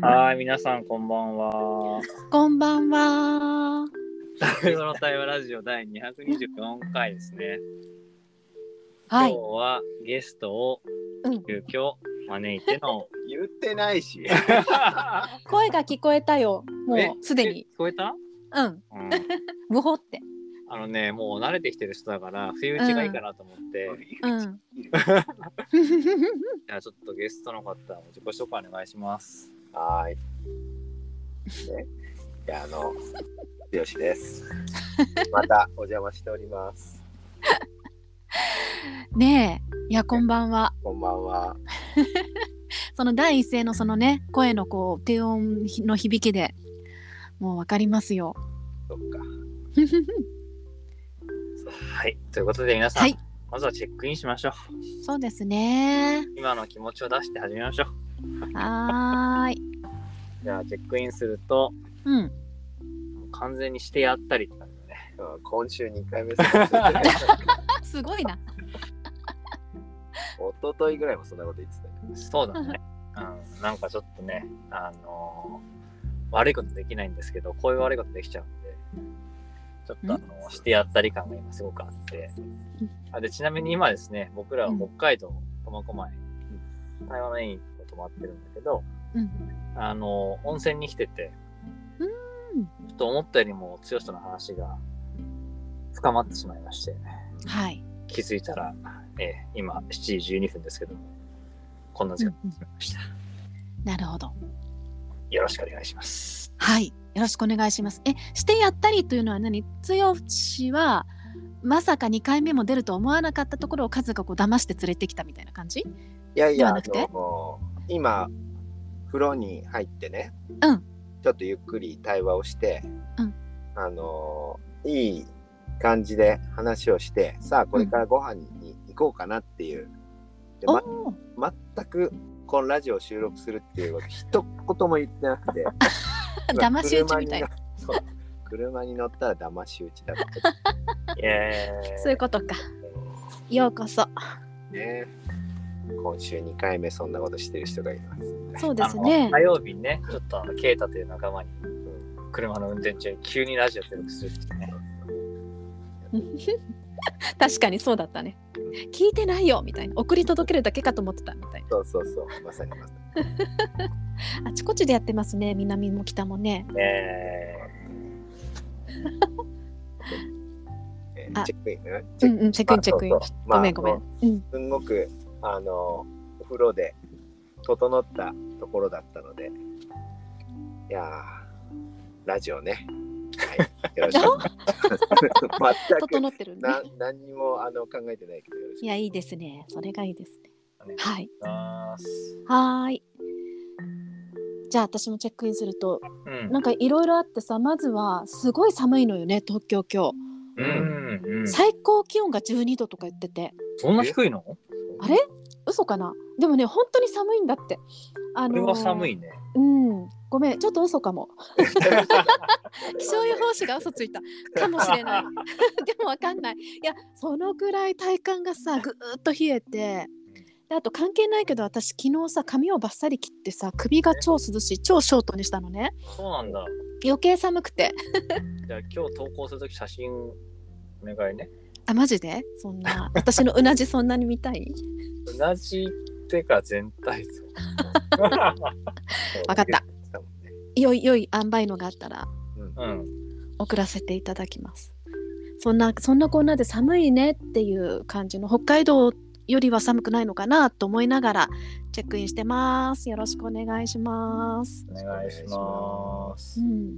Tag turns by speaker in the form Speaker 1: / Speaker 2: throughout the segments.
Speaker 1: はい、皆さん、こんばんは。
Speaker 2: こんばんは。
Speaker 1: ダブルの対話ラジオ第224回ですね。
Speaker 2: はい
Speaker 1: 今。日はゲストを
Speaker 2: うん
Speaker 1: 急遽招いての。
Speaker 3: 言ってないし。
Speaker 2: 声が聞こえたよ。も
Speaker 1: え
Speaker 2: うすでに。
Speaker 1: 聞こえた、
Speaker 2: うん。
Speaker 1: うん、
Speaker 2: ブホって。
Speaker 1: あのね、もう慣れてきてる人だから、冬打ちがいいかなと思って、
Speaker 2: うん。
Speaker 1: じゃあちょっとゲストの方、自己紹介お願いします。
Speaker 3: はーい。ね、いやあの、よし です。またお邪魔しております。
Speaker 2: ねえ。いや、こんばんは。
Speaker 3: こんばんは。
Speaker 2: その第一声のそのね、声のこう、低音の響きで。もうわかりますよ。
Speaker 3: そっか。
Speaker 1: はい、ということで皆さん、
Speaker 2: はい。
Speaker 1: まずはチェックインしましょう。
Speaker 2: そうですね。
Speaker 1: 今の気持ちを出して始めましょう。
Speaker 2: はーい。
Speaker 1: じゃあチェックインすると、
Speaker 2: うん。
Speaker 1: もう完全にしてやったりって感じだね。
Speaker 3: うん今週2回 目です。
Speaker 2: あ、すごいな。
Speaker 3: 一昨日ぐらいもそんなこと言ってたよ。
Speaker 1: そうだね。うん、なんかちょっとね、あのー悪いことできないんですけど、こういう悪いことできちゃうんで、ちょっとあのしてやったり感が今すごくあって。あでちなみに今ですね、僕らは北海道苫小牧、台湾の園に泊まってるんだけど、
Speaker 2: うん。
Speaker 1: あのー温泉に来てて、
Speaker 2: う
Speaker 1: ちょっと思ったよりも剛との話が深まってしまいまして、
Speaker 2: はい。
Speaker 1: 気づいたら、えー今7時12分ですけども、こんな時間になってしまいました。
Speaker 2: なるほど。
Speaker 1: よろしくお願いし ます。
Speaker 2: はい。よろしくお願いします。え、してやったりというのは何強しは、まさか2回目も出ると思わなかったところをカズがこう騙して連れてきたみたいな感じ
Speaker 3: いやい
Speaker 2: で
Speaker 3: や、
Speaker 2: は
Speaker 3: あ
Speaker 2: なくて
Speaker 3: の、今、風呂に入ってね、
Speaker 2: うん
Speaker 3: ちょっとゆっくり対話をして、
Speaker 2: うん
Speaker 3: あの、いい感じで話をして、さあ、これからご飯に行こうかなっていう。で
Speaker 2: お
Speaker 3: ま
Speaker 2: おー、
Speaker 3: 全くこのラジオを収録するっていうこと一言も言ってな くて
Speaker 2: 騙し討ちみたいな。
Speaker 3: そう車に乗ったら騙し討ちだっ
Speaker 1: イエーイ
Speaker 2: そういうことか。ようこそ。
Speaker 3: たね今週2回目そんなことしてる人がいます
Speaker 2: そうです
Speaker 1: あ
Speaker 2: ね
Speaker 1: の。火曜日にね、ちょっとあのケイタという仲間に、うん車の運転中に急にラジオ収録するってね。
Speaker 2: 確かにそうだったね。聞いてないよみたいな。送り届けるだけかと思ってたみたいな。
Speaker 3: そうそうそうまさにまさに
Speaker 2: あちこちでやってますね。南も北もね。
Speaker 1: え
Speaker 3: え
Speaker 2: あ
Speaker 3: チェックインねチ
Speaker 2: う
Speaker 3: ェッ
Speaker 2: んうん、チェックインチェックイン。
Speaker 3: そうそうまあ
Speaker 2: ごめんごめん。
Speaker 3: も
Speaker 2: うん、
Speaker 3: すんごくあのお風呂で整ったところだったのでいやーラジオね、はい、よろしく お願いします全く
Speaker 2: 整ってるね。
Speaker 3: な何にもあの考えてないけどよろしく
Speaker 2: いや、いいですね。それがいいですね。
Speaker 1: ー、
Speaker 2: はい。
Speaker 1: お願いします
Speaker 2: はーい。じゃあ私もチェックインすると
Speaker 1: うん
Speaker 2: なんかいろいろあってさまずはすごい寒いのよね東京今
Speaker 1: うんう
Speaker 2: 日
Speaker 1: ん、
Speaker 2: 最高気温が12度とか言ってて
Speaker 1: そんな低いの
Speaker 2: あれ嘘かなでもね本当に寒いんだってあ
Speaker 1: これ
Speaker 2: のー
Speaker 1: は寒いね。
Speaker 2: うんごめんちょっと嘘かも 気象予報士が嘘ついたかもしれない でもわかんないいやそのくらい体感がさぐーっと冷えてであと関係ないけど私昨日さ髪をバッサリ切ってさ首が超涼しい超ショートにしたのね
Speaker 1: そうなんだ。
Speaker 2: 余計寒くて
Speaker 1: じゃあ今日投稿するとき写真お願いね。
Speaker 2: あマジでそんな私のうなじそんなに見たい
Speaker 1: 同じ手か全体 像。
Speaker 2: わかった良い良い塩梅のがあったら
Speaker 3: うん
Speaker 1: うん。
Speaker 2: 送らせていただきますそんなそんなこんなで寒いねっていう感じの北海道よりは寒くないのかなと思いながらチェックインしてますよろしくお願いします
Speaker 1: お願いします
Speaker 2: う。ん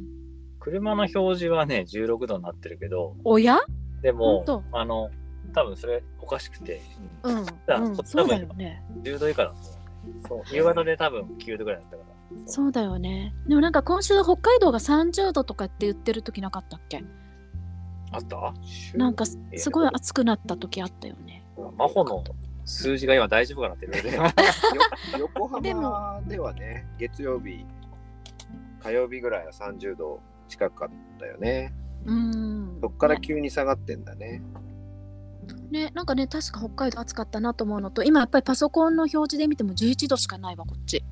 Speaker 1: 車の表示はね、16度になってるけど、
Speaker 2: おや
Speaker 1: でも
Speaker 2: ほん、
Speaker 1: あの、多分それおかしくて、
Speaker 2: うん、うん、そうだよね
Speaker 1: 10度以下だった
Speaker 3: そう
Speaker 1: 夕方で多分9度ぐらいだったから。
Speaker 2: そうだよねでもなんか今週北海道が30度とかって言ってる時なかったっけ
Speaker 1: あった
Speaker 2: なんかすすごい暑くなった時あったよね
Speaker 1: 真帆の数字が今大丈夫かなって るので。
Speaker 3: よ 横
Speaker 2: で
Speaker 3: 浜ではね月曜日火曜日ぐらいは30度近かったよね
Speaker 2: うん
Speaker 3: そっから急に下がってんだね
Speaker 2: ね、なんかね、確か北海道暑かったなと思うのと、今やっぱりパソコンの表示で見ても11度しかないわ、こっち。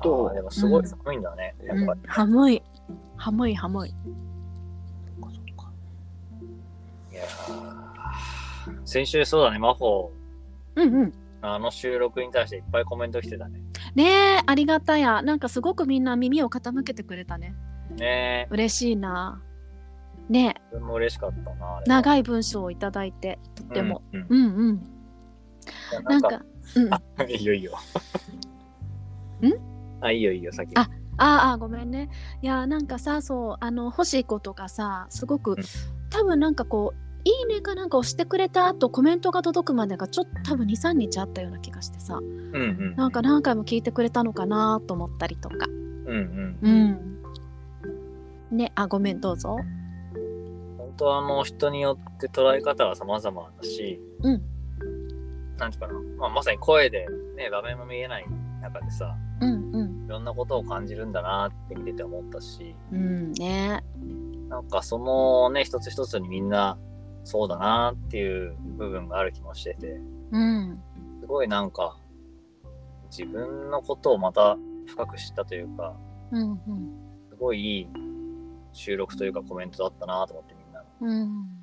Speaker 3: 本
Speaker 1: ああ、で
Speaker 3: 当。
Speaker 1: もすごい寒いんだね。
Speaker 3: うん
Speaker 1: や
Speaker 2: う
Speaker 1: っ
Speaker 2: ん
Speaker 1: ぱり。、
Speaker 2: 寒い寒い寒い
Speaker 1: いやー先週そうだね、真帆、
Speaker 2: うんうん
Speaker 1: あの収録に対していっぱいコメント来てたね。
Speaker 2: ねえありがたやなんかすごくみんな耳を傾けてくれたね
Speaker 1: ねえ、
Speaker 2: 嬉しいなねえ
Speaker 1: 自分も嬉しかったな。あれは
Speaker 2: 長い文章をいただいてとっても、、
Speaker 1: うんうん
Speaker 2: うん、うん
Speaker 1: いやな
Speaker 2: なんん
Speaker 1: か
Speaker 2: か、うん、あ
Speaker 1: いいよ いいよ。あ、いいよいいよ、先。
Speaker 2: ああーごめんねいやなんかさそうあの欲しい子とかさすごく、
Speaker 1: ん
Speaker 2: 多分なんかこう「いいね」かなんか押してくれた後コメントが届くまでがちょっと多分23日あったような気がしてさ
Speaker 1: うんうん。
Speaker 2: なんか何回も聞いてくれたのかなと思ったりとか
Speaker 1: うんうん。
Speaker 2: うんねあごめんどうぞ
Speaker 1: 本当はあの人によって捉え方は様々だし、
Speaker 2: うん
Speaker 1: なんていうかな、まあ、まさに声で、ね、場面も見えない中でさ、
Speaker 2: うんうん
Speaker 1: いろんなことを感じるんだなって見てて思ったし、
Speaker 2: うんね
Speaker 1: なんかそのね、一つ一つにみんな、そうだなっていう部分がある気もしてて、
Speaker 2: うん
Speaker 1: すごいなんか、自分のことをまた深く知ったというか、
Speaker 2: うん
Speaker 1: すごいいい収録というかコメントだったなと思ってみんな。
Speaker 2: うんうん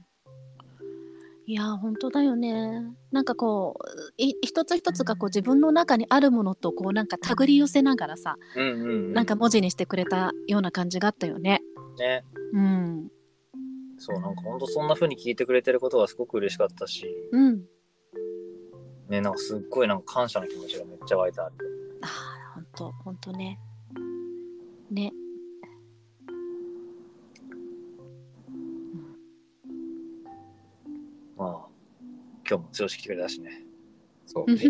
Speaker 2: いや本当だよねなんかこうい一つ一つがこう自分の中にあるものとこうなんか手繰り寄せながらさ
Speaker 1: うんうん、
Speaker 2: なんか文字にしてくれたような感じがあったよね。
Speaker 1: ね、
Speaker 2: うん、
Speaker 1: そう、なんかほんとそんな風に聞いてくれてることがすごく嬉しかったし、
Speaker 2: うん、
Speaker 1: ね、なんかすっごいなんか感謝の気持ちがめっちゃ湧いた。あ
Speaker 2: ああ本当本当ね。ね。
Speaker 1: まあ、今日も強し来てくれたしね。
Speaker 3: そうね。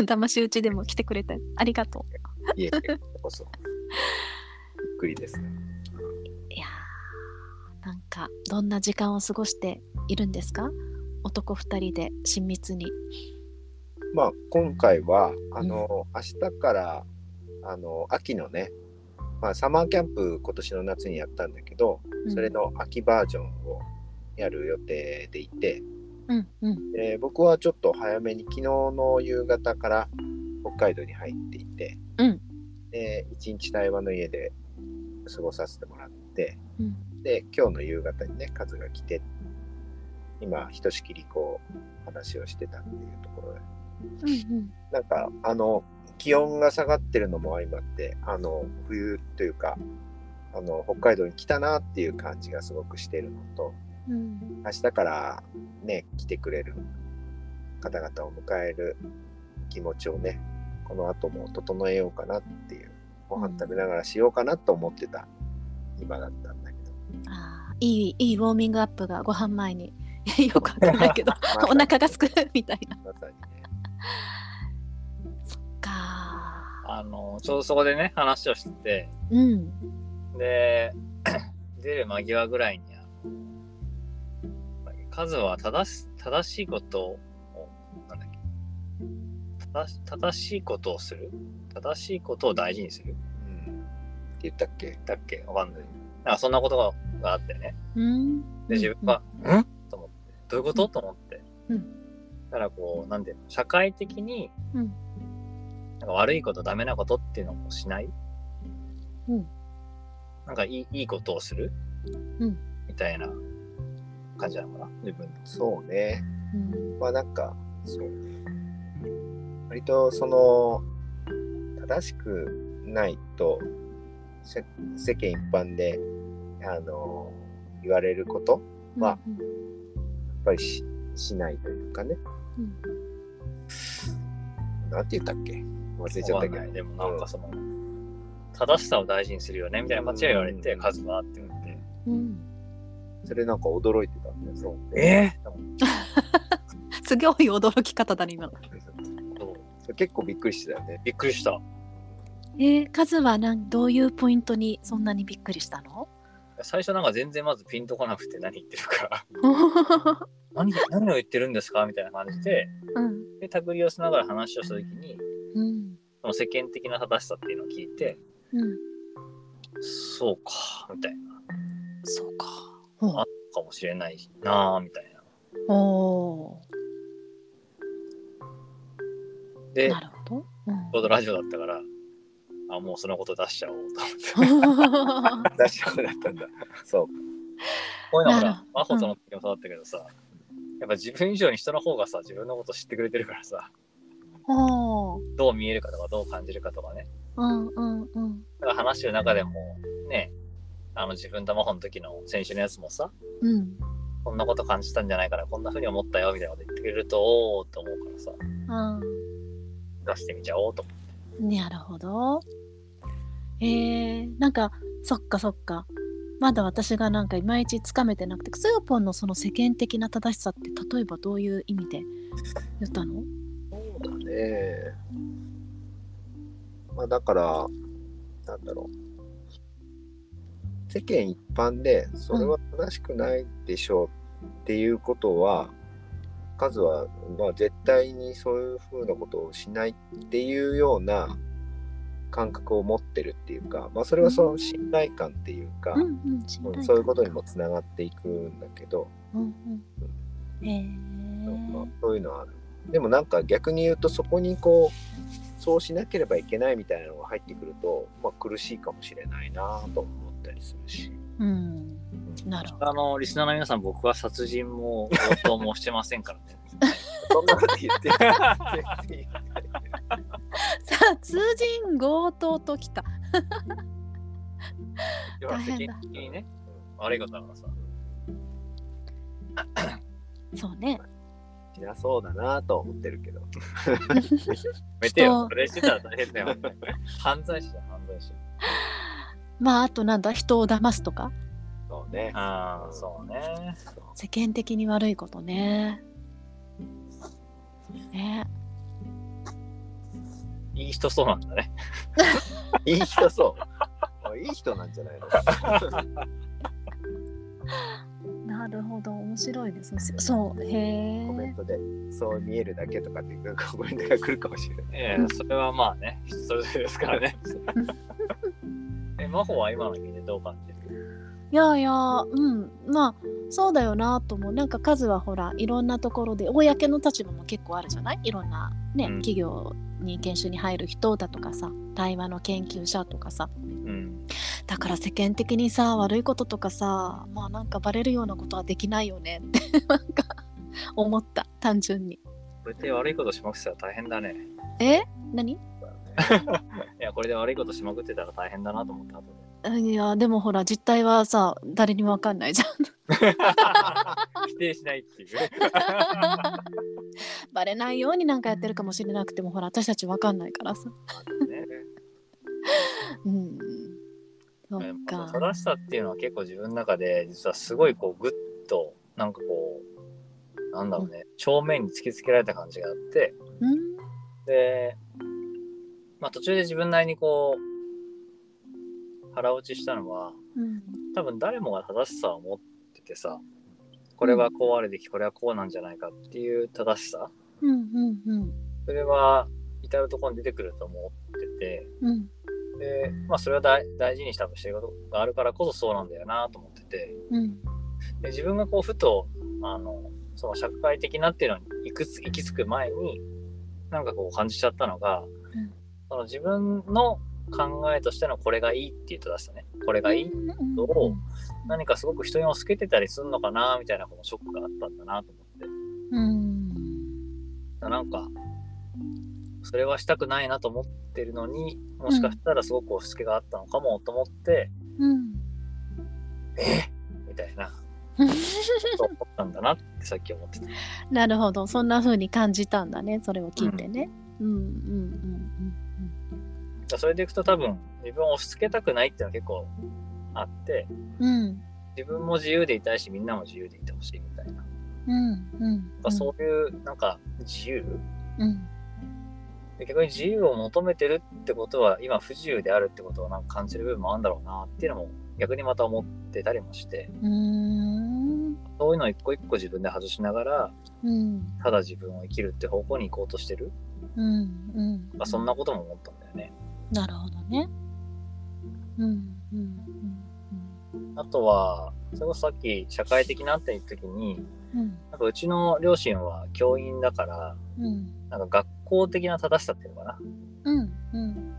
Speaker 2: 騙し討ちでも来てくれてありがとう。
Speaker 3: いえいえ、こそ。びっくりですね。
Speaker 2: いやーなんかどんな時間を過ごしているんですか男二人で親密に。
Speaker 3: まあ、今回は、あの、明日から、あの、秋のね、まあ、サマーキャンプ、今年の夏にやったんだけど、それの秋バージョンをやる予定でいて、
Speaker 2: うんうん
Speaker 3: で僕はちょっと早めに、昨日の夕方から北海道に入っていて、
Speaker 2: うん
Speaker 3: で、一日台湾の家で過ごさせてもらって、
Speaker 2: うん
Speaker 3: で、今日の夕方にね、カズが来て、今、ひとしきりこう、話をしてたっていうところ
Speaker 2: う
Speaker 3: で、
Speaker 2: んうん
Speaker 3: なんか、あの、気温が下がってるのも相まって、あの、冬というか、あの、北海道に来たなっていう感じがすごくしてるのと、
Speaker 2: うん
Speaker 3: 明日からね、来てくれる方々を迎える気持ちをね、この後も整えようかなっていう、ご飯食べながらしようかなと思ってた今だったんだけど。
Speaker 2: あーいいいいウォーミングアップがご飯前に よくわかんないけど お腹がすくるみたいな。
Speaker 3: まさにね。
Speaker 2: か
Speaker 1: あの、ちょうどそこでね、話をしてて、
Speaker 2: ーうん
Speaker 1: で、 出る間際ぐらいに、あのカズは正し正しいことを、なんだっけ正し、正しいことをする正しいことを大事にする
Speaker 3: うん。って言ったっけ
Speaker 1: だっけわかんない。なんかそんなことががあってね。
Speaker 2: うん。
Speaker 1: で、自分は、うんと思って、どういうことと思って。
Speaker 2: うん
Speaker 1: だからこう、なんていうの、社会的に、
Speaker 2: うん
Speaker 1: なんか悪いこと、ダメなことっていうのもしない。
Speaker 2: うん
Speaker 1: なんかいい、いいことをする。
Speaker 2: うん
Speaker 1: みたいな感じなのかな、自分。
Speaker 3: そうね。
Speaker 2: うん
Speaker 3: まあなんか、そう。割とその、正しくないと、せ世間一般で、あの、言われること、まあ
Speaker 2: うん
Speaker 3: やっぱりししないというかね。
Speaker 2: うん
Speaker 3: なんて言ったっけ忘れちゃっ
Speaker 1: わか
Speaker 3: たけ
Speaker 1: んない
Speaker 3: ど。
Speaker 1: でもなんかその、正しさを大事にするよね、みたいな間違い言われて、
Speaker 3: うん
Speaker 1: カズはって言って。
Speaker 2: うん
Speaker 3: それなんか驚いてたんだよ。そう。
Speaker 1: えー、
Speaker 2: すごい驚き方だね今の。
Speaker 1: そう
Speaker 3: それ結構びっくりしてたよね。
Speaker 1: びっくりした。
Speaker 2: えー、カズはなんどういうポイントにそんなにびっくりしたの
Speaker 1: 最初なんか全然まずピンとこなくて何言ってるか 何何を言ってるんですかみたいな感じで
Speaker 2: うん
Speaker 1: で手繰り寄せながら話をした時に
Speaker 2: うん
Speaker 1: その世間的な正しさっていうのを聞いて
Speaker 2: うん
Speaker 1: そうかみたいな
Speaker 2: そうか。ほう
Speaker 1: かもしれないなあみたいな
Speaker 2: お
Speaker 1: で
Speaker 2: ーなるほど。うん
Speaker 1: ちょうどラジオだったから、あ、もうそのこと出しちゃおうと思って。
Speaker 3: 出しそうだったんだ。そう。
Speaker 1: こういうのほ
Speaker 2: なる
Speaker 1: ら
Speaker 2: ほ、ど
Speaker 1: 真帆さんの時もそうだったけどさ、やっぱ自分以上に人の方がさ、自分のこと知ってくれてるからさ、
Speaker 2: おー
Speaker 1: どう見えるかとか、どう感じるかとかね。
Speaker 2: うんうんうん
Speaker 1: だから話してる中でも、ね、あの自分と真帆の時の選手のやつもさ、
Speaker 2: うん
Speaker 1: こんなこと感じたんじゃないから、こんな風に思ったよ、みたいなこと言ってくれると、おおと思うからさ、
Speaker 2: あ
Speaker 1: 出してみちゃおうと思
Speaker 2: ーなるほどえー、なんかそっかそっかまだ私がなんかいまいちつかめてなくてクスーポンのその世間的な正しさって例えばどういう意味で言ったの
Speaker 3: そうだね。まあだから、なんだろう。世間一般で、それは正しくないでしょうっていうことは、カズは、まあ、絶対にそういうふうなことをしないっていうような感覚を持ってるっていうか、まあ、それはその信頼感っていうか、
Speaker 2: うんうん信頼感
Speaker 3: そういうことにもつながっていくんだけど、
Speaker 2: うんうんへえ
Speaker 3: まあそういうのはある。でもなんか逆に言うとそこにこうそうしなければいけないみたいなのが入ってくると、まあ、苦しいかもしれないなと思ったりするし。
Speaker 2: うんなるほ
Speaker 1: う。あの、リスナーの皆さん、僕は殺人も強盗もしてません からね。
Speaker 3: そんなこと言ってる全然
Speaker 2: さあ通人強盗ときた
Speaker 1: 要は
Speaker 2: 大
Speaker 1: 世
Speaker 2: 変だ
Speaker 1: 間的にね、悪いことだからさ、
Speaker 2: そうね
Speaker 3: しなそうだなと思ってるけど。
Speaker 1: やめてよ、それしてたら大変だよ。 犯罪者だよ、犯罪者。
Speaker 2: まああとなんだ人を騙すとか
Speaker 3: そうね。
Speaker 1: ああ、そうね。
Speaker 2: 世間的に悪いことねね
Speaker 1: いい人そうなんだね。
Speaker 3: いい人そうあ。いい人なんじゃないの
Speaker 2: なるほど面白いですねそうへえ
Speaker 3: コメントで。そう見えるだけとかっていうコメントが来るかもしれない。
Speaker 1: ええそれはまあね、人それぞれですから ね。え、真帆は今の意でどう感じる
Speaker 2: いやいやうんまあそうだよなと思うなんか数はほらいろんなところで公の立場も結構あるじゃないいろんなね、
Speaker 1: うん
Speaker 2: 企業に研修に入る人だとかさ対話の研究者とかさ
Speaker 1: うん。
Speaker 2: だから世間的にさ悪いこととかさまあなんかバレるようなことはできないよねってなんか思った単純に
Speaker 1: これで悪いことしまくってたら大変だね。
Speaker 2: え何
Speaker 1: いや、これで悪いことしまくってたら大変だなと思った後で。
Speaker 2: いやでもほら実態はさ誰にもわかんないじゃん
Speaker 1: 否定しないっていう。
Speaker 2: バレないようになんかやってるかもしれなくてもほら私たちわかんないからさ
Speaker 1: ね
Speaker 2: うんそ
Speaker 1: え
Speaker 2: っ
Speaker 1: まあ
Speaker 2: か
Speaker 1: 正しさっていうのは結構自分の中で実はすごいこうグッとなんかこうなんだろうね正面に突きつけられた感じがあって
Speaker 2: うん
Speaker 1: で、まあ、途中で自分なりにこう腹落ちしたのは
Speaker 2: うん
Speaker 1: 多分誰もが正しさを持っててさこれはこうあるべきこれはこうなんじゃないかっていう正しさ
Speaker 2: うんうんうん
Speaker 1: それは至る所に出てくると思ってて
Speaker 2: うん
Speaker 1: で、まあ、それは大大事に多分してることがあるからこそそうなんだよなと思ってて。
Speaker 2: うん
Speaker 1: で自分がこうふとあのその社会的なっていうのに行くつ行き着く前になんかこう感じちゃったのが、
Speaker 2: ん
Speaker 1: その自分の考えとしてのこれがいいっていうと出したねこれがいい
Speaker 2: うん
Speaker 1: を何かすごく人に押し付けてたりするのかなみたいなこのショックがあったんだなと思って
Speaker 2: うん
Speaker 1: なんかそれはしたくないなと思ってるのにもしかしたらすごく押し付けがあったのかもと思って、
Speaker 2: うん
Speaker 1: みたいなことを思ったんだなってさっき思ってた。
Speaker 2: なるほどそんな風に感じたんだねそれを聞いてね。うんうんうん
Speaker 1: だからそれでいくと多分自分を押し付けたくないっていうのは結構あって
Speaker 2: うんうん
Speaker 1: 自分も自由でいたいしみんなも自由でいてほしいみたいな、
Speaker 2: うんうん
Speaker 1: まあそういうなんか自由
Speaker 2: うん
Speaker 1: で逆に自由を求めてるってことは今不自由であるってことをなんか感じる部分もあるんだろうなっていうのも逆にまた思ってたりもして
Speaker 2: うん
Speaker 1: そういうのを一個一個自分で外しながら
Speaker 2: うん
Speaker 1: ただ自分を生きるって方向に行こうとしてる、
Speaker 2: うんうん
Speaker 1: まあ、そんなことも思ったんだよね。
Speaker 2: なるほどね。うんうん
Speaker 1: あとはそれこそさっき社会的なって言った時に
Speaker 2: うんうん
Speaker 1: なんかうちの両親は教員だから、
Speaker 2: うん
Speaker 1: なんか学校的な正しさっていうのか
Speaker 2: うんうん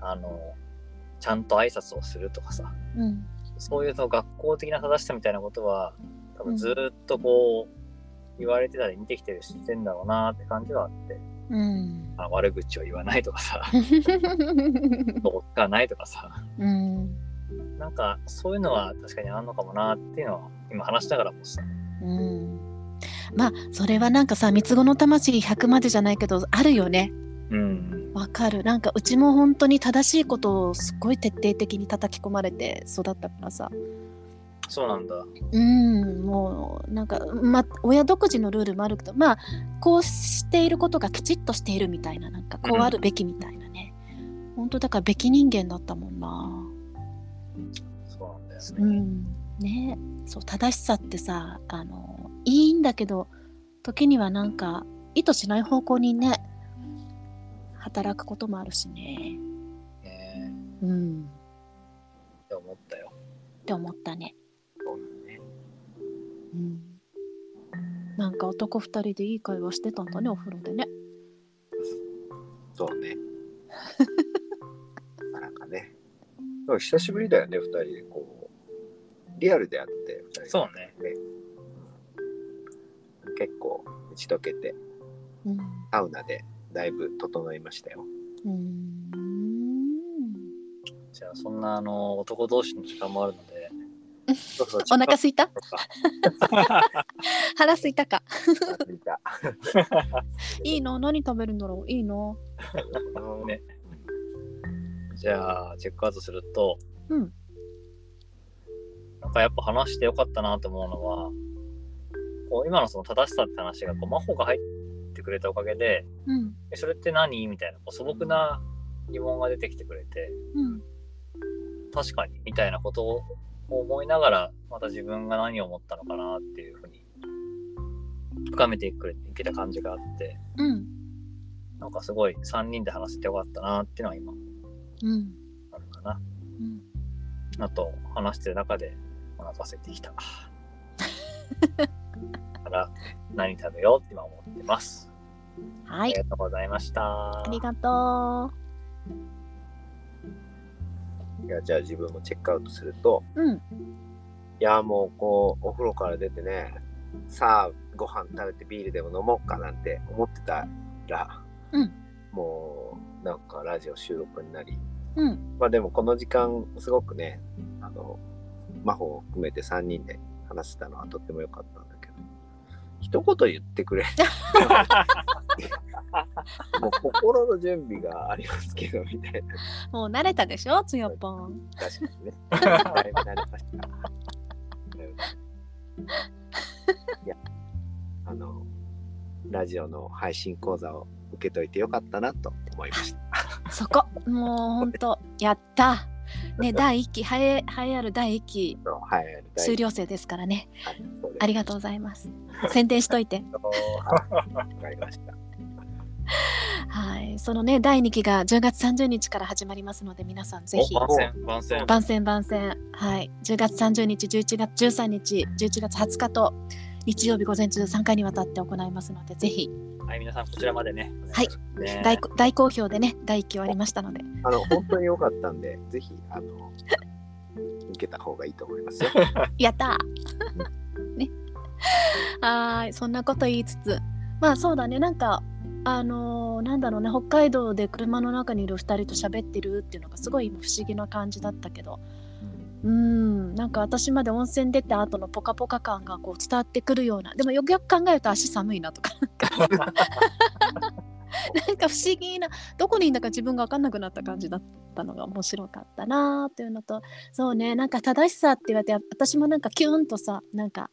Speaker 1: な。あの、ちゃんと挨拶をするとかさ、
Speaker 2: うん
Speaker 1: そういうその学校的な正しさみたいなことは、多分ずーっとこう、言われてたり見てきてるし、してんだろうなって感じはあって、
Speaker 2: うん
Speaker 1: あ悪口を言わないとかさ、
Speaker 2: う
Speaker 1: どうかないとかさ、
Speaker 2: ん
Speaker 1: なんかそういうのは確かにあんのかもなっていうのは、今話しながらもさ、
Speaker 2: うんまあそれはなんかさ三つ子の魂100までじゃないけどあるよね
Speaker 1: うん、
Speaker 2: わかるなんかうちも本当に正しいことをすっごい徹底的に叩き込まれて育ったからさ
Speaker 1: そうなんだ。
Speaker 2: うんもうなんか、ま、親独自のルールもあるけどまあこうしていることがきちっとしているみたいななんかこうあるべきみたいなね、本当だからべき人間だったもんな。
Speaker 1: そうなんだよね。
Speaker 2: うん、ねそう正しさってさあのいいんだけど時にはなんか意図しない方向にね働くこともあるしね
Speaker 1: ね
Speaker 2: うん
Speaker 1: えって思ったよ。
Speaker 2: って思ったね、
Speaker 1: そうだね。
Speaker 2: うん、なんか男二人でいい会話してたんだねお風呂でね
Speaker 3: そうね。なんかね。でも久しぶりだよね、二人でこう。リアルであって、二人で
Speaker 1: そうね。
Speaker 3: 結構打ち解けて、
Speaker 2: うん
Speaker 3: サウナでだいぶ整いました よ。
Speaker 2: うん
Speaker 1: じゃあそんなあの男同士の時間もあるの で、
Speaker 3: そうそう
Speaker 2: お腹すいた
Speaker 1: とか
Speaker 2: 腹すいたか
Speaker 3: 見た。
Speaker 2: いいの何食べるんだろういいの
Speaker 1: ねじゃあチェックアウトすると、
Speaker 2: うん
Speaker 1: なんかやっぱ話してよかったなと思うのは、こう今のその正しさって話がこう真帆が入ってくれたおかげで、
Speaker 2: うん
Speaker 1: えそれって何みたいなこう素朴な疑問が出てきてくれて、
Speaker 2: うん
Speaker 1: 確かにみたいなことを思いながらまた自分が何を思ったのかなっていうふうに深めていくいけた感じがあって
Speaker 2: うん
Speaker 1: なんかすごい3人で話せてよかったなっていうのは今
Speaker 2: うん
Speaker 1: あるかな
Speaker 2: うん
Speaker 1: あと話してる中でお腹空いてきた から何食べようって今思ってます
Speaker 2: は
Speaker 1: あ
Speaker 2: い
Speaker 1: りがとうございましたあ
Speaker 2: ありがと
Speaker 3: いやじゃあ自分もチェックアウトすると、
Speaker 2: ううん
Speaker 3: いやもうこうお風呂から出てね、さあご飯食べてビールでも飲もうかなんて思ってたら、
Speaker 2: うん
Speaker 3: もうなんかラジオ収録になり、
Speaker 2: うん
Speaker 3: まあでもこの時間すごくね、あの、真帆を含めて3人で話せたのはとっても良かったんだけど、一言言ってくれ。もう心の準備がありますけど、みたいな。
Speaker 2: もう慣れたでしょつよぽん
Speaker 3: 確かにね。だいぶ慣れました。いや、あの、ラジオの配信講座を受けといてよかったなと思いました。
Speaker 2: そこもうほんとやった ね第1期栄え栄えある第1期
Speaker 3: はい、大
Speaker 2: 修了生ですからね
Speaker 3: そうです
Speaker 2: ありがとうございます宣伝しといて
Speaker 3: わかりました。
Speaker 2: はいそのね第2期が10月30日から始まりますので皆さんぜひ
Speaker 1: お番宣番宣
Speaker 2: 番宣番宣はい10月30日11月13日11月20日と日曜日午前中3回にわたって行いますのでぜひ
Speaker 1: はい皆さんこちらまでね
Speaker 2: はい
Speaker 1: ね
Speaker 2: 大こ大好評でね第1期終わりましたので
Speaker 3: あの、本当に良かったん で、ぜひ、あの、受けた方がいいと思います よ。
Speaker 2: やったーね。はーい、そんなこと言いつつ、まあそうだね、なんか、あのーなんだろうね、北海道で車の中にいる2人と喋ってるっていうのがすごい今不思議な感じだったけど、うーん、なんか私まで温泉出た後のポカポカ感がこう伝わってくるような、でもよくよく考えると足寒いなとか、なんかなんか不思議な、どこにいんだか自分が分かんなくなった感じだったのが面白かったなーっていうのと、そうねなんか正しさって言われて私もなんかキュンとさなんか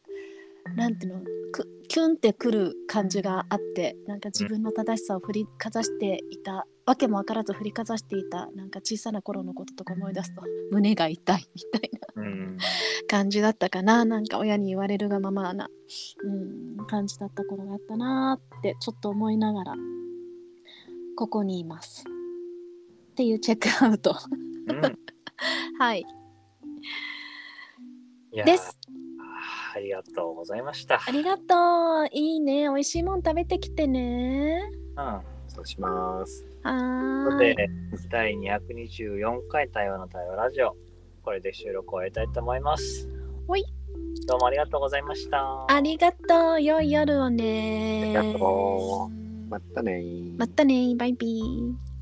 Speaker 2: なんていうのくキュンってくる感じがあってなんか自分の正しさを振りかざしていた、わけもわからず振りかざしていたなんか小さな頃のこととか思い出すと胸が痛いみたいな
Speaker 1: うん
Speaker 2: 感じだったかななんか親に言われるがままな、うん、感じだった頃があったなーってちょっと思いながらここにいますっていうチェックアウト
Speaker 1: うん
Speaker 2: はい
Speaker 1: いやー
Speaker 2: です。
Speaker 1: あありがとうございました。
Speaker 2: ありがとう。いいね。美味しいもん食べてきてね。
Speaker 1: うん
Speaker 3: そうします。
Speaker 2: は
Speaker 1: さ
Speaker 2: ーい。
Speaker 1: て、第224回台湾の台湾ラジオ、これで収録を終えたいと思います。
Speaker 2: ほい。
Speaker 1: どうもありがとうございました。
Speaker 2: ありがとう。良い夜を
Speaker 3: あ
Speaker 2: ね。
Speaker 3: りがとう。またねー。
Speaker 2: またね。バイビー。